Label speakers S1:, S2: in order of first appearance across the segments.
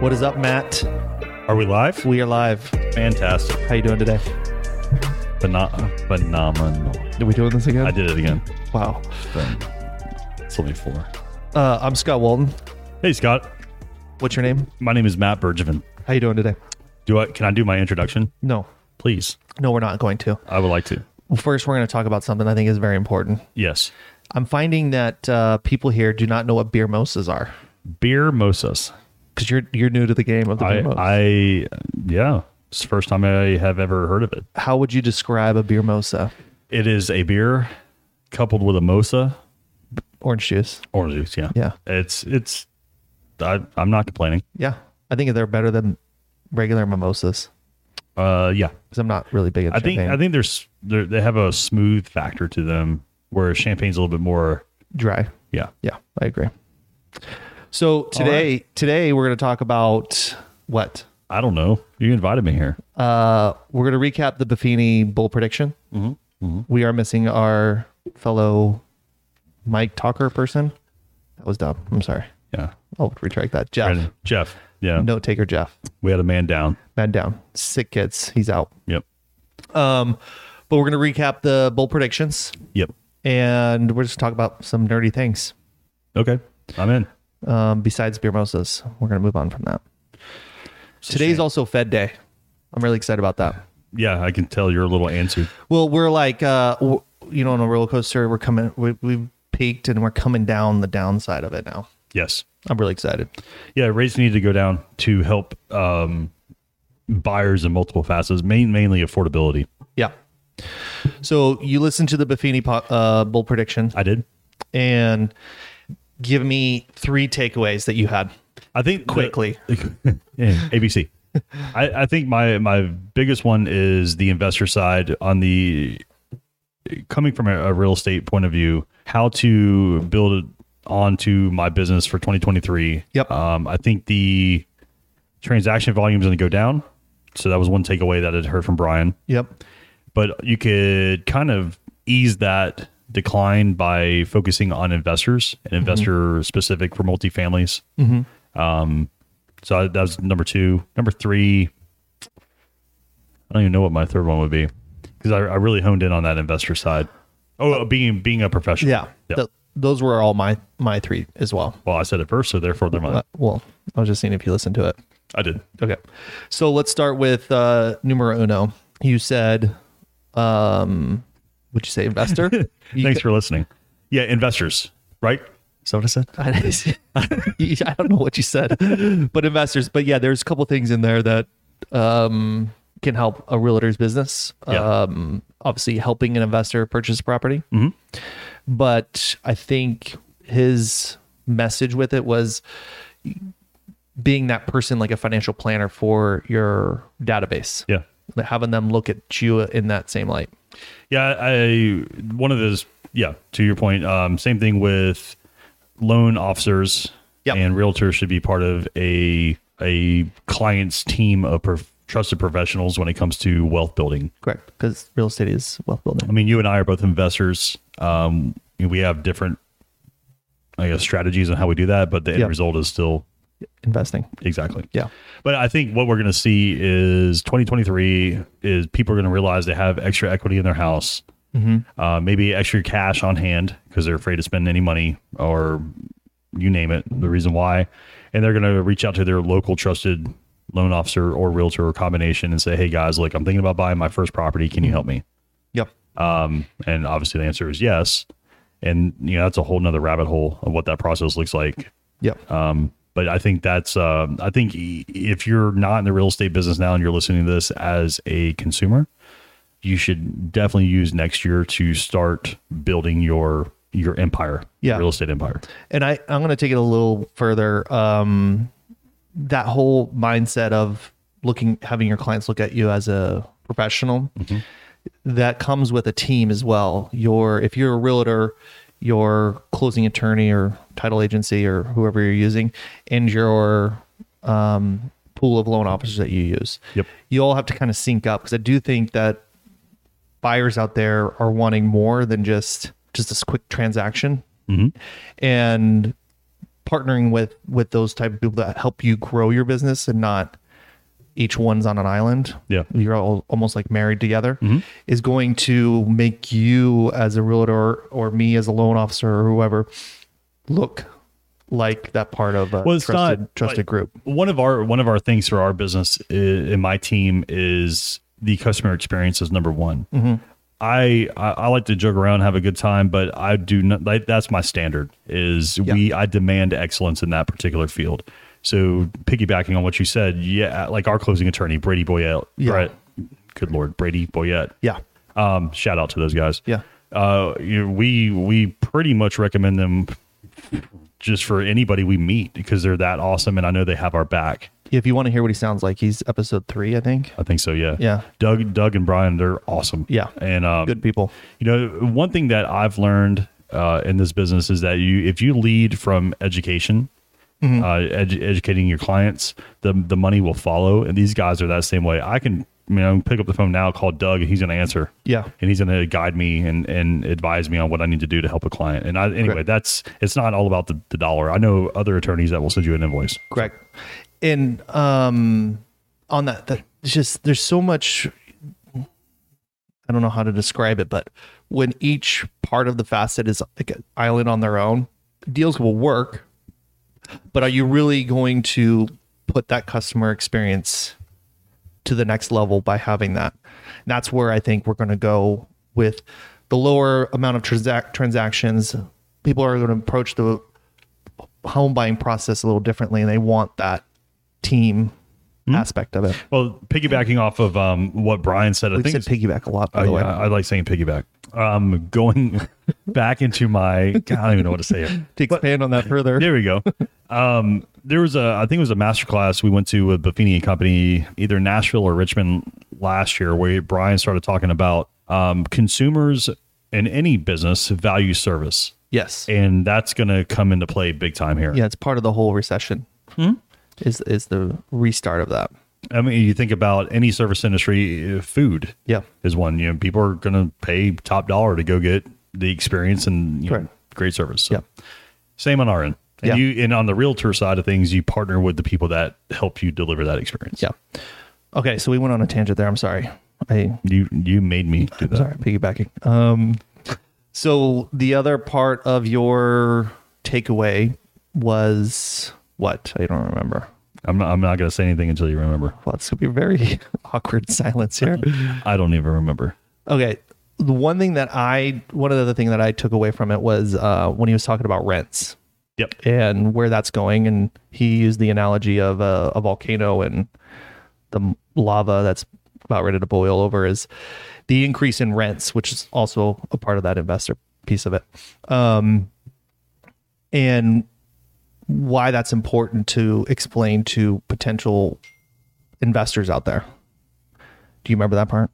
S1: What is up, Matt?
S2: Are we live?
S1: We are live.
S2: Fantastic.
S1: How you doing today?
S2: Pheno- phenomenal.
S1: Are we doing this again?
S2: I did it again.
S1: Wow.
S2: But it's only four.
S1: Uh, I'm Scott Walton.
S2: Hey, Scott.
S1: What's your name?
S2: My name is Matt Bergevin.
S1: How you doing today?
S2: Do I can I do my introduction?
S1: No,
S2: Please.
S1: no, we're not going to.
S2: I would like to.
S1: Well, First, we're going to talk about something I think is very important.
S2: Yes.
S1: I'm finding that uh, people here do not know what beer moses are
S2: Beer Moses.
S1: because you're you're new to the game of the
S2: I
S1: beer moses.
S2: I yeah. It's the first time I have ever heard of it.
S1: How would you describe a beer mosa?
S2: It is a beer coupled with a mosa.
S1: Orange juice.
S2: Orange juice, yeah.
S1: Yeah.
S2: It's it's I, I'm not complaining.
S1: Yeah, I think they're better than regular mimosas
S2: Uh yeah.
S1: because I'm not really big at
S2: I think
S1: champagne.
S2: I think there's they're, they have a smooth factor to them, whereas champagne's a little bit more.
S1: dry.
S2: Yeah,
S1: Yeah, I agree. So today, today we're going to talk about what
S2: I don't know. You invited me here.
S1: uh, we're going to recap the Buffini bull prediction. We are missing our fellow Mike Talker person. That was dumb. I'm sorry.
S2: Yeah,
S1: I'll retract that. Jeff,
S2: Brandon. Jeff. Yeah,
S1: note taker Jeff,
S2: we had a man down.
S1: man down, sick kids. He's out.
S2: Yep,
S1: Um, but we're going to recap the bull predictions,
S2: yep.
S1: and we're just talk about some nerdy things.
S2: Okay, I'm in.
S1: Um, besides beer mimosas, we're going to move on from that. Today's also Fed Day. I'm really excited about that.
S2: Yeah, I can tell you're a little answered.
S1: Well, we're like, uh, w- you know, on a roller coaster, we're coming, we, we've peaked and we're coming down the downside of it now.
S2: Yes.
S1: I'm really excited.
S2: Yeah, rates need to go down to help um, buyers in multiple facets, main, mainly affordability.
S1: Yeah. So you listen to the Buffini po- uh, bull prediction
S2: I did.
S1: and give me three takeaways that you had
S2: I think the-
S1: quickly.
S2: Yeah, ABC. I, I think my my biggest one is the investor side on the coming from a, a real estate point of view, how to build onto my business for 2023.
S1: Yep.
S2: Um, I think the transaction volume is going to go down. So that was one takeaway that I'd heard from Brian.
S1: Yep.
S2: But you could kind of ease that decline by focusing on investors and
S1: Mm-hmm.
S2: investor specific for multifamilies. Um, So I- that was number two. Number three, I don't even know what my third one would be because I, I really honed in on that investor side. Oh, being being a professional.
S1: Yeah. Th- those were all my, my three as well.
S2: well, I said it first, so therefore they're mine.
S1: Uh, well, I was just seeing if you listened to it.
S2: I did.
S1: Okay. So let's start with uh, numero uno. You said, um, would you say investor? You
S2: Thanks for listening. Yeah, investors, right? Is that what I said?
S1: I, I don't know what you said, but investors. But yeah, there's a couple things in there that um, can help a realtor's business.
S2: Yeah.
S1: Um, obviously, helping an investor purchase property.
S2: Mm-hmm.
S1: But I think his message with it was being that person, like a financial planner for your database,
S2: Yeah.
S1: Like, having them look at you in that same light.
S2: Yeah, I one of those. Yeah, to your point. Um, same thing with loan officers
S1: Yep.
S2: and realtors should be part of a a client's team of prof- trusted professionals when it comes to wealth building.
S1: Correct, because real estate is wealth building.
S2: I mean, you and I are both investors. Um, we have different, I guess, strategies on how we do that, but the end
S1: Yeah.
S2: result is still
S1: Investing.
S2: exactly.
S1: Yeah.
S2: But I think what we're going to see is 2023 is people are going to realize they have extra equity in their house, uh, maybe extra cash on hand because they're afraid to spend any money or you name it, the reason why. And they're going to reach out to their local trusted loan officer or realtor or combination and say, hey guys, look, I'm thinking about buying my first property. Can you help me?
S1: Yep.
S2: Um, and obviously the answer is yes. And you know, that's a whole nother rabbit hole of what that process looks like.
S1: Yep.
S2: Um, but I think that's, um, I think i- if you're not in the real estate business now and you're listening to this as a consumer, you should definitely use next year to start building your, your empire,
S1: Yeah.
S2: real estate empire.
S1: and I, I'm going to take it a little further. Um, that whole mindset of looking, having your clients look at you as a professional, that comes with a team as well. Your, if you're a realtor, your closing attorney or title agency or whoever you're using, and your um, pool of loan officers that you use,
S2: Yep.
S1: you all have to kind of sync up because I do think that buyers out there are wanting more than just just this quick transaction and partnering with with those type of people that help you grow your business and not each one's on an island.
S2: Yeah. Mm-hmm.
S1: You're all almost like married together is going to make you as a realtor or me as a loan officer or whoever look like that part of a
S2: Well, it's
S1: trusted,
S2: not,
S1: trusted
S2: like-
S1: group.
S2: one of our one of our things for our business i- in my team is the customer experience is number one. I, I I like to joke around, have a good time, but I do not. Like, that's my standard. Is we I demand excellence in that particular field. So piggybacking on what you said, yeah, like our closing attorney Brady Boyette,
S1: Yeah.
S2: Brett, good lord, Brady Boyette.
S1: Yeah.
S2: Um, shout out to those guys.
S1: Yeah.
S2: Uh, you know, we we pretty much recommend them just for anybody we meet because they're that awesome, and I know they have our back.
S1: If you want to hear what he sounds like, he's episode three, I think.
S2: I think so. Yeah.
S1: Yeah.
S2: Doug, Doug, and Brian, they're awesome.
S1: Yeah.
S2: And um,
S1: Good people.
S2: You know, one thing that I've learned uh, in this business is that you, if you lead from education,
S1: Mm-hmm.
S2: uh, edu- educating your clients, the the money will follow. And these guys are that same way. I can, you know, pick up the phone now, call Doug, and he's going to answer.
S1: Yeah.
S2: And he's going to guide me and, and advise me on what I need to do to help a client. And I, anyway,
S1: Correct.
S2: that's it's not all about the, the dollar. I know other attorneys that will send you an invoice.
S1: Correct. And um, on that, that it's just there's so much. I don't know how to describe it, but when each part of the facet is like an island on their own, deals will work. But are you really going to put that customer experience to the next level by having that? And that's where I think we're going to go with the lower amount of transac- transactions. People are going to approach the home buying process a little differently and they want that team aspect of it.
S2: Well, piggybacking off of um, what Brian said, I
S1: We've
S2: think
S1: said
S2: it's-
S1: piggyback a lot, by the
S2: Oh,
S1: way.
S2: yeah, I like saying piggyback. Um, going back into my, God, I don't even know what to say. Here.
S1: To expand on that further,
S2: There we go. Um, there was a, I think it was a master class we went to with Buffini and Company, either Nashville or Richmond last year, where Brian started talking about um, consumers in any business value service,
S1: yes,
S2: and that's going to come into play big time here.
S1: yeah, it's part of the whole recession. Is is the restart of that?
S2: I mean, you think about any service industry, uh, food
S1: Yeah.
S2: is one. You know, people are going to pay top dollar to go get the experience and you know,
S1: Correct.
S2: great service. So,
S1: Yeah.
S2: Same on our end. And
S1: Yeah.
S2: you and on the realtor side of things, you partner with the people that help you deliver that experience.
S1: Yeah. Okay, so we went on a tangent there. I'm sorry. I
S2: You you made me do that.
S1: sorry, piggybacking. Um, so the other part of your takeaway was what? I don't remember.
S2: I'm not I'm not gonna say anything until you remember.
S1: Well, it's gonna be a very awkward silence here.
S2: I don't even remember.
S1: Okay. The one thing that I, one other thing that I took away from it was uh, when he was talking about rents
S2: Yep.
S1: and where that's going, and he used the analogy of a, a volcano and the m- lava that's about ready to boil over is the increase in rents, which is also a part of that investor piece of it, um, and why that's important to explain to potential investors out there. Do you remember that part?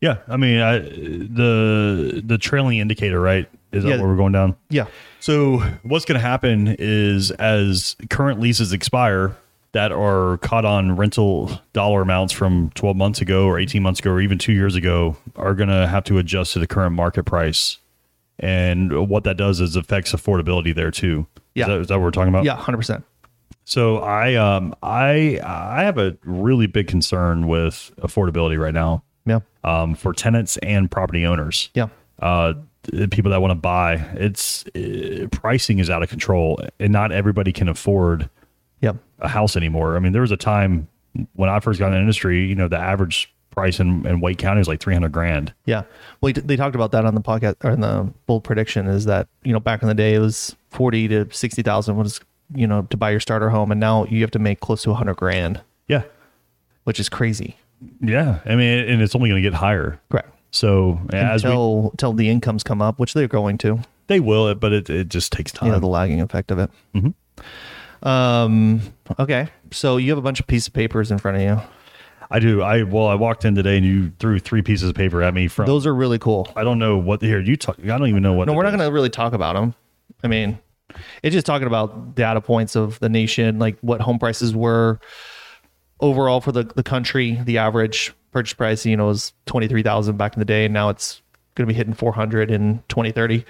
S2: Yeah. I mean I the the trailing indicator, right? Is
S1: Yeah.
S2: that what we're going down?
S1: Yeah.
S2: So what's going to happen is as current leases expire that are caught on rental dollar amounts from 12 months ago or 18 months ago or even 2 years ago are going to have to adjust to the current market price. And what that does is affects affordability there too.
S1: Yeah.
S2: Is that, is that what we're talking about?
S1: Yeah, hundred percent.
S2: So I um I I have a really big concern with affordability right now
S1: Yeah.
S2: um, for tenants and property owners
S1: Yeah.
S2: uh, th- people that want to buy. It's uh, pricing is out of control, and not everybody can afford
S1: Yeah.
S2: a house anymore. I mean, there was a time when I first got in the industry. You know, the average price in, in Wake County was like three hundred grand.
S1: Yeah. Well, he- they talked about that on the podcast or in the bold prediction is that, you know, back in the day it was 40 to 60,000 was, you know, to buy your starter home. And now you have to make close to 100 grand,
S2: Yeah,
S1: which is crazy.
S2: yeah. I mean, and it's only going to get higher.
S1: Correct.
S2: So as we,
S1: Until, until the incomes come up, which they're going to,
S2: they will, it but it, it just takes time.
S1: you know, the lagging effect of it.
S2: Mm-hmm.
S1: Um, okay. So you have a bunch of piece of papers in front of you.
S2: I do. I well, I walked in today and you threw three pieces of paper at me from.
S1: Those are really cool.
S2: I don't know what here you talk. I don't even know what.
S1: No,
S2: it
S1: we're not
S2: is.
S1: going to really talk about them. I mean, it's just talking about data points of the nation, like what home prices were overall for the, the country. The average purchase price, you know, was twenty three thousand back in the day, and now it's going to be hitting four hundred in twenty thirty.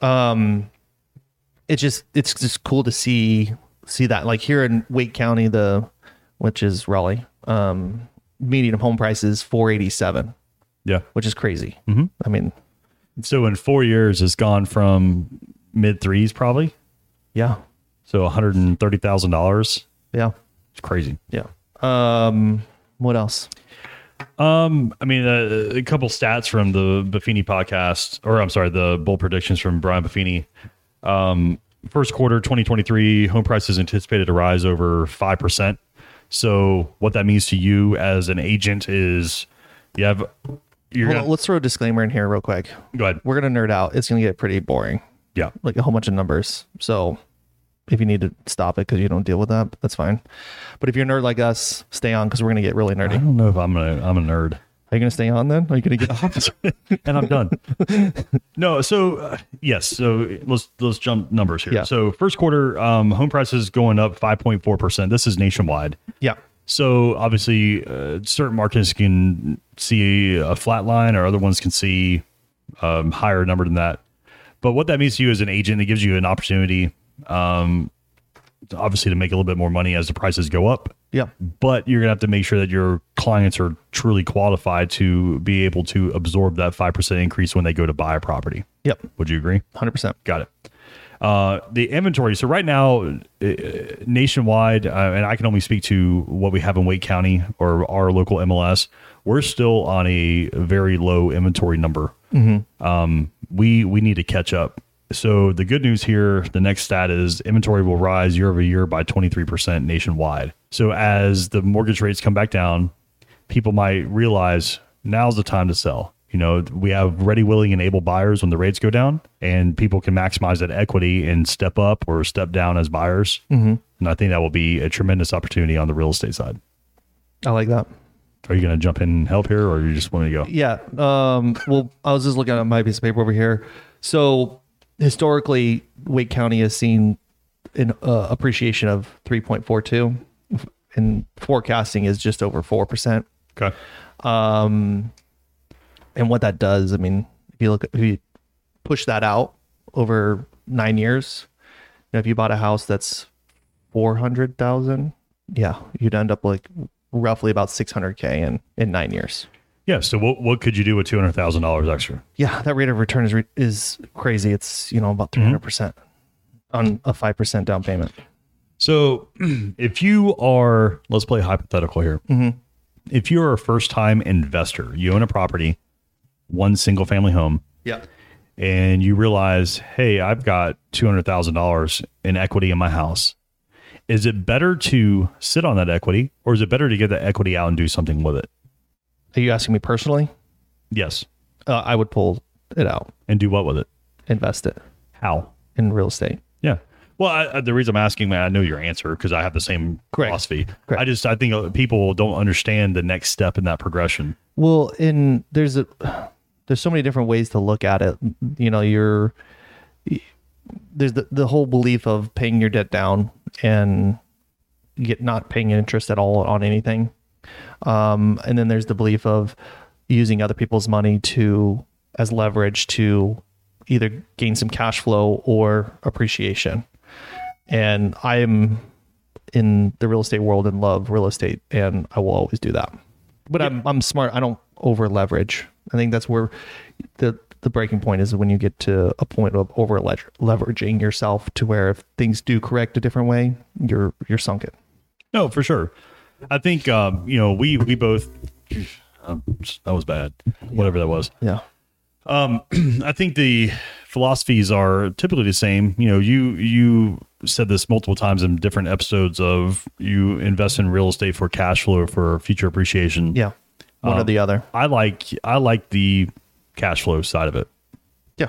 S1: Um, it's just it's just cool to see see that like here in Wake County the which is Raleigh um median of home price is 487
S2: Yeah.
S1: which is crazy mm-hmm. I mean
S2: So in four years, it's gone from mid threes probably.
S1: yeah
S2: So one hundred and thirty thousand dollars.
S1: yeah
S2: It's crazy.
S1: yeah um what else
S2: Um, I mean, uh, a couple stats from the Buffini podcast, or I'm sorry, the bull predictions from Brian Buffini. Um, first quarter 2023, home prices anticipated to rise over 5%. So, what that means to you as an agent is you have, you're
S1: Hold
S2: gonna,
S1: on, let's throw a disclaimer in here real quick
S2: go ahead.
S1: we're gonna nerd out it's gonna get pretty boring
S2: Yeah.
S1: like a whole bunch of numbers. So if you need to stop it because you don't deal with that, that's fine. But if you're a nerd like us, stay on because we're gonna get really
S2: I
S1: nerdy.
S2: don't know if I'm a, I'm a nerd.
S1: Are you gonna stay on then? Are you gonna get off?
S2: and I'm done. no, so uh, yes, so let's let's jump numbers here.
S1: Yeah.
S2: So first quarter, um, home prices going up 5.4 percent. This is nationwide.
S1: yeah,
S2: So obviously, uh, certain markets can see a flat line, or other ones can see um, higher number than that. But what that means to you as an agent, it gives you an opportunity, um, to- obviously, to make a little bit more money as the prices go up.
S1: yeah,
S2: But you're gonna have to make sure that your clients are truly qualified to be able to absorb that five percent increase when they go to buy a property.
S1: yep,
S2: Would you agree?
S1: hundred percent.
S2: Got it. Uh, the inventory. So right now, uh, nationwide, uh, and I can only speak to what we have in Wake County or our local MLS. We're still on a very low inventory number. Um, we we need to catch up. So the good news here, the next stat is inventory will rise year over year by 23% nationwide. So as the mortgage rates come back down, people might realize now's the time to sell. You know, we have ready, willing, and able buyers when the rates go down, and people can maximize that equity and step up or step down as buyers. Mm-hmm. And I think that will be a tremendous opportunity on the real estate side.
S1: I like that.
S2: Are you going to jump in and help here, or you just want me to go?
S1: Yeah. Um, well, I was just looking at my piece of paper over here. So historically, Wake County has seen an uh, appreciation of three point four two, and forecasting is just over four percent.
S2: Okay.
S1: um, and what that does. I mean, if you look, if you push that out over nine years, you know, if you bought a house that's four hundred thousand, yeah, you'd end up like roughly about six hundred k in in nine years.
S2: Yeah. So what what could you do with two hundred thousand dollars extra?
S1: Yeah, that rate of return is re- is crazy. It's you know about three hundred percent on a five percent down payment.
S2: So if you are, let's play hypothetical here.
S1: Mm-hmm.
S2: If you're a first time investor, you own a property, one single family home.
S1: Yeah,
S2: and you realize, hey, I've got $200,000 in equity in my house. Is it better to sit on that equity or is it better to get that equity out and do something with it?
S1: are you asking me personally?
S2: Yes.
S1: Uh, I would pull it out,
S2: And do what with it?
S1: invest it
S2: How?
S1: in real estate.
S2: Yeah. Well, I, I- the reason I'm asking, man, I know your answer because I have the same
S1: Correct.
S2: philosophy.
S1: Correct.
S2: I just, I think uh, people don't understand the next step in that progression.
S1: Well, in there's a there's so many different ways to look at it. You know, you're there's the, the whole belief of paying your debt down and get not paying interest at all on anything. Um, and then there's the belief of using other people's money to as leverage to either gain some cash flow or appreciation. And I am in the real estate world and love real estate and I will always do that. But I'm I'm smart. I don't over leverage. I think that's where the the breaking point is when you get to a point of over leveraging yourself to where if things do correct a different way, you're you're sunken.
S2: No, for sure. I think, um, you know, we, we both, um, that was bad, whatever that was.
S1: Yeah.
S2: I think the philosophies are typically the same. You know, you you said this multiple times in different episodes of you invest in real estate for cash flow for future appreciation.
S1: Yeah. One or the other.
S2: I like I like the cash flow side of it.
S1: Yeah.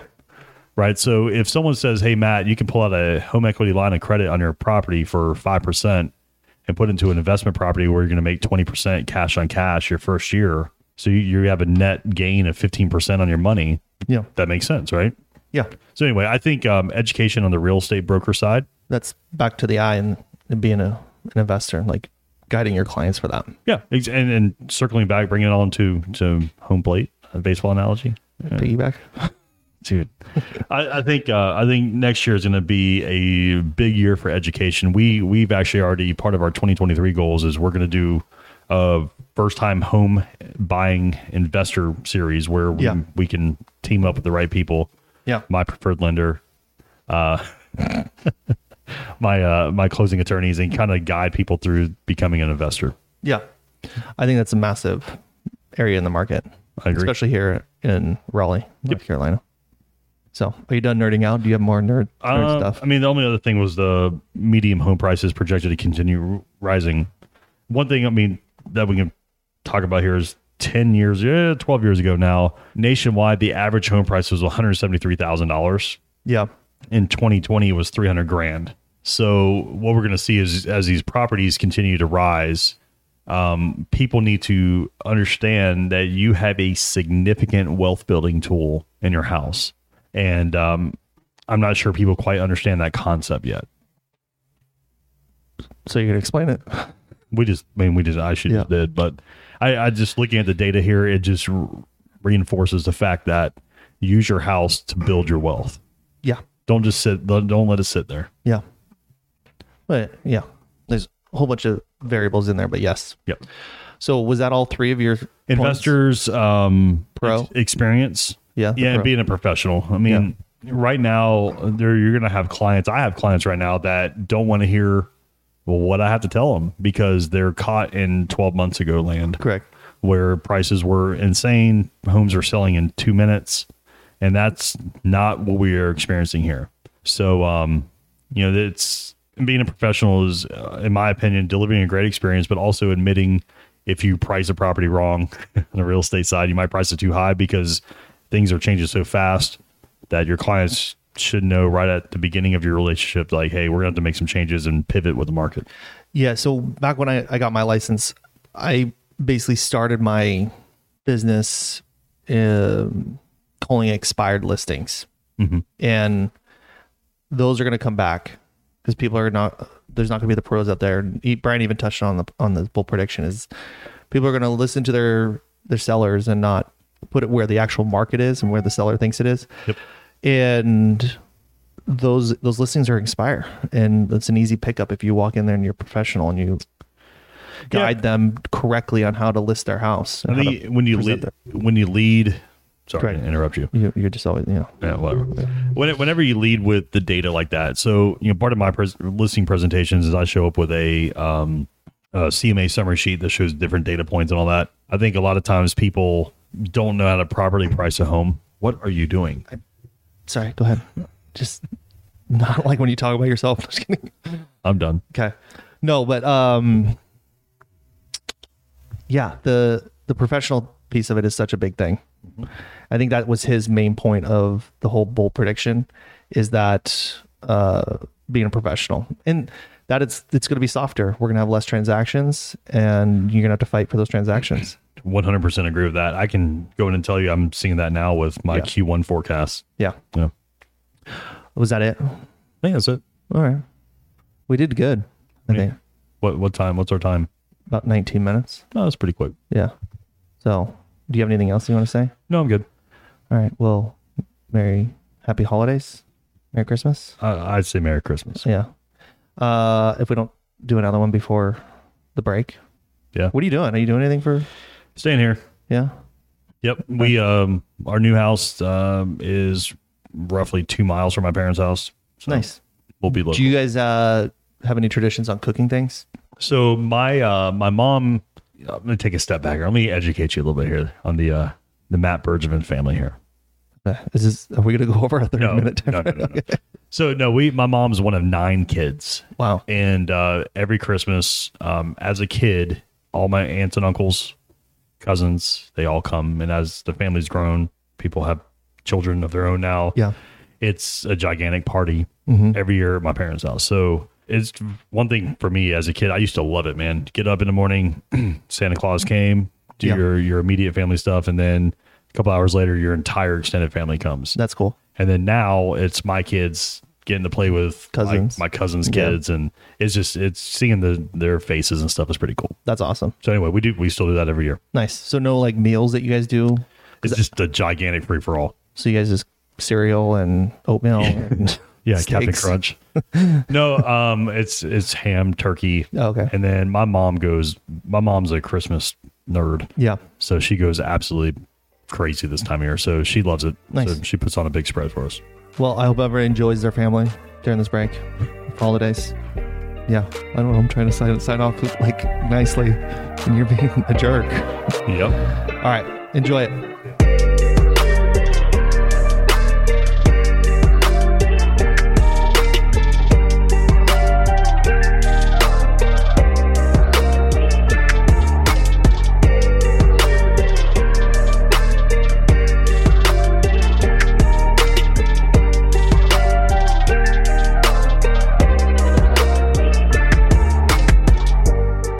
S2: Right. So if someone says, Hey Matt, you can pull out a home equity line of credit on your property for five percent and put into an investment property where you're gonna make twenty percent cash on cash your first year. So you, you have a net gain of fifteen percent on your money.
S1: Yeah.
S2: That makes sense, right?
S1: Yeah.
S2: So anyway, I think um, education on the real estate broker side.
S1: That's back to the eye and, and being a an investor, like guiding your clients for that.
S2: Yeah, ex- and, and circling back, bringing it on to to home plate, a baseball analogy.
S1: Piggyback.
S2: dude. I, I think uh, I think next year is going to be a big year for education. We we've actually already part of our 2023 goals is we're going to do a first time home buying investor series where we,
S1: Yeah.
S2: we can team up with the right people.
S1: Yeah.
S2: My preferred lender, uh, my uh, my closing attorneys, and kind of guide people through becoming an investor.
S1: Yeah. I think that's a massive area in the market.
S2: I agree.
S1: Especially here in Raleigh, North Carolina. So are you done nerding out? Do you have more nerd, nerd
S2: Uh,
S1: stuff?
S2: I mean, the only other thing was the medium home prices projected to continue r- rising. One thing, I mean, that we can talk about here is 10 years, yeah, 12 years ago now, nationwide, the average home price was $173,000.
S1: yeah.
S2: In 2020, it was 300 grand. So what we're going to see is as these properties continue to rise, um, people need to understand that you have a significant wealth building tool in your house. And um, I'm not sure people quite understand that concept yet.
S1: So you could explain it.
S2: We just, I mean, we just, I should just
S1: Yeah.
S2: did, but I, I just looking at the data here, it just r- reinforces the fact that use your house to build your wealth.
S1: Yeah.
S2: Don't just sit, don't don't let it sit there.
S1: Yeah. But yeah, there's a whole bunch of variables in there, but yes.
S2: Yep.
S1: So was that all three of your points?
S2: Investors, um,
S1: Pro.
S2: ex- experience.
S1: Yeah. the
S2: yeah,
S1: pro.
S2: and being a professional. I mean, right now there you're going to have clients. I have clients right now that don't want to hear what I have to tell them because they're caught in 12 months ago land
S1: correct.
S2: where prices were insane, homes are selling in 2 minutes, and that's not what we are experiencing here. So um you know, it's being a professional is uh, in my opinion delivering a great experience but also admitting if you price a property wrong on the real estate side, you might price it too high because things are changing so fast that your clients should know right at the beginning of your relationship, like, hey, we're going to have to make some changes and pivot with the market.
S1: Yeah. So back when I, I got my license, I basically started my business um, calling expired listings.
S2: Mm-hmm.
S1: And those are going to come back because people are not, there's not going to be the pros out there. And he- Brian even touched on the, on the bull prediction is people are going to listen to their, their sellers and not put it where the actual market is and where the seller thinks it is.
S2: Yep.
S1: And those those listings are expire and it's an easy pickup if you walk in there and you're professional and you guide them correctly on how to list their house and
S2: I
S1: how
S2: think
S1: to
S2: when you
S1: present
S2: lead, when you lead, sorry
S1: Correct.
S2: to interrupt you.
S1: their- you, you're just always you know
S2: Yeah, whatever. When, whenever you lead with the data like that, so you know, part of my pres- listing presentations is I show up with a, um, a CMA summary sheet that shows different data points and all that. I think a lot of times people don't know how to properly price a home. What are you doing?
S1: sorry go ahead just not like when you talk about yourself just kidding
S2: I'm done.
S1: okay no but um yeah the the professional piece of it is such a big thing i think that was his main point of the whole bull prediction is that uh being a professional and that it's it's going to be softer we're going to have less transactions and you're going to have to fight for those transactions
S2: 100% agree with that. I can go in and tell you I'm seeing that now with my
S1: Yeah.
S2: Q1 forecast.
S1: yeah
S2: Yeah. I
S1: was that it
S2: think that's it.
S1: all right we did good i
S2: Yeah.
S1: think
S2: What what time? What's our time?
S1: about 19 minutes
S2: No, that's pretty quick.
S1: yeah so do you have anything else you want to say
S2: No, I'm good.
S1: All right. Well, Merry Happy Holidays. Merry Christmas.
S2: I, I'd say Merry Christmas.
S1: Yeah. Uh, if we don't do another one before the break.
S2: Yeah.
S1: What are you doing? Are you doing anything for?
S2: Staying here.
S1: Yeah.
S2: Yep. We um our new house um is roughly two miles from my parents' house. So
S1: Nice.
S2: We'll be
S1: Do
S2: looking.
S1: you guys uh, have any traditions on cooking things?
S2: so my uh my mom I'm gonna take a step back here. Let me educate you a little bit here on the uh the Matt Bergevin family here.
S1: Uh, Is this, are we going to go over a 30
S2: No,
S1: minute time?
S2: no, no, no, no. So no, we my mom's one of nine kids.
S1: Wow.
S2: And uh, every Christmas, um, as a kid, all my aunts and uncles, cousins, they all come. And as the family's grown, people have children of their own now.
S1: Yeah.
S2: It's a gigantic party
S1: Mm-hmm.
S2: every year at my parents' house. So it's one thing for me as a kid. I used to love it, man. Get up in the morning, Santa Claus came, do
S1: Yeah.
S2: your your immediate family stuff, and then a couple hours later, your entire extended family comes.
S1: That's cool.
S2: And then now it's my kids getting to play with my-
S1: Cousins.
S2: my, cousins'
S1: Yeah.
S2: kids, and it's just it's seeing the their faces and stuff is pretty cool.
S1: That's awesome.
S2: So anyway, we do we still do that every year.
S1: Nice. So no like meals that you guys do.
S2: It's just a gigantic free for all.
S1: So you guys just cereal and oatmeal. And
S2: Yeah, Captain
S1: steaks.
S2: Crunch. no, um, it's it's ham, turkey.
S1: Oh, Okay.
S2: And then my mom goes. My mom's a Christmas nerd.
S1: Yeah.
S2: So she goes absolutely crazy this time of year. So she loves it.
S1: Nice.
S2: So she puts on a big spread for us.
S1: Well, I hope everyone enjoys their family during this break, holidays. Yeah, I don't know. I'm trying to sign sign off like nicely, and you're being a jerk.
S2: Yep.
S1: All right, enjoy it.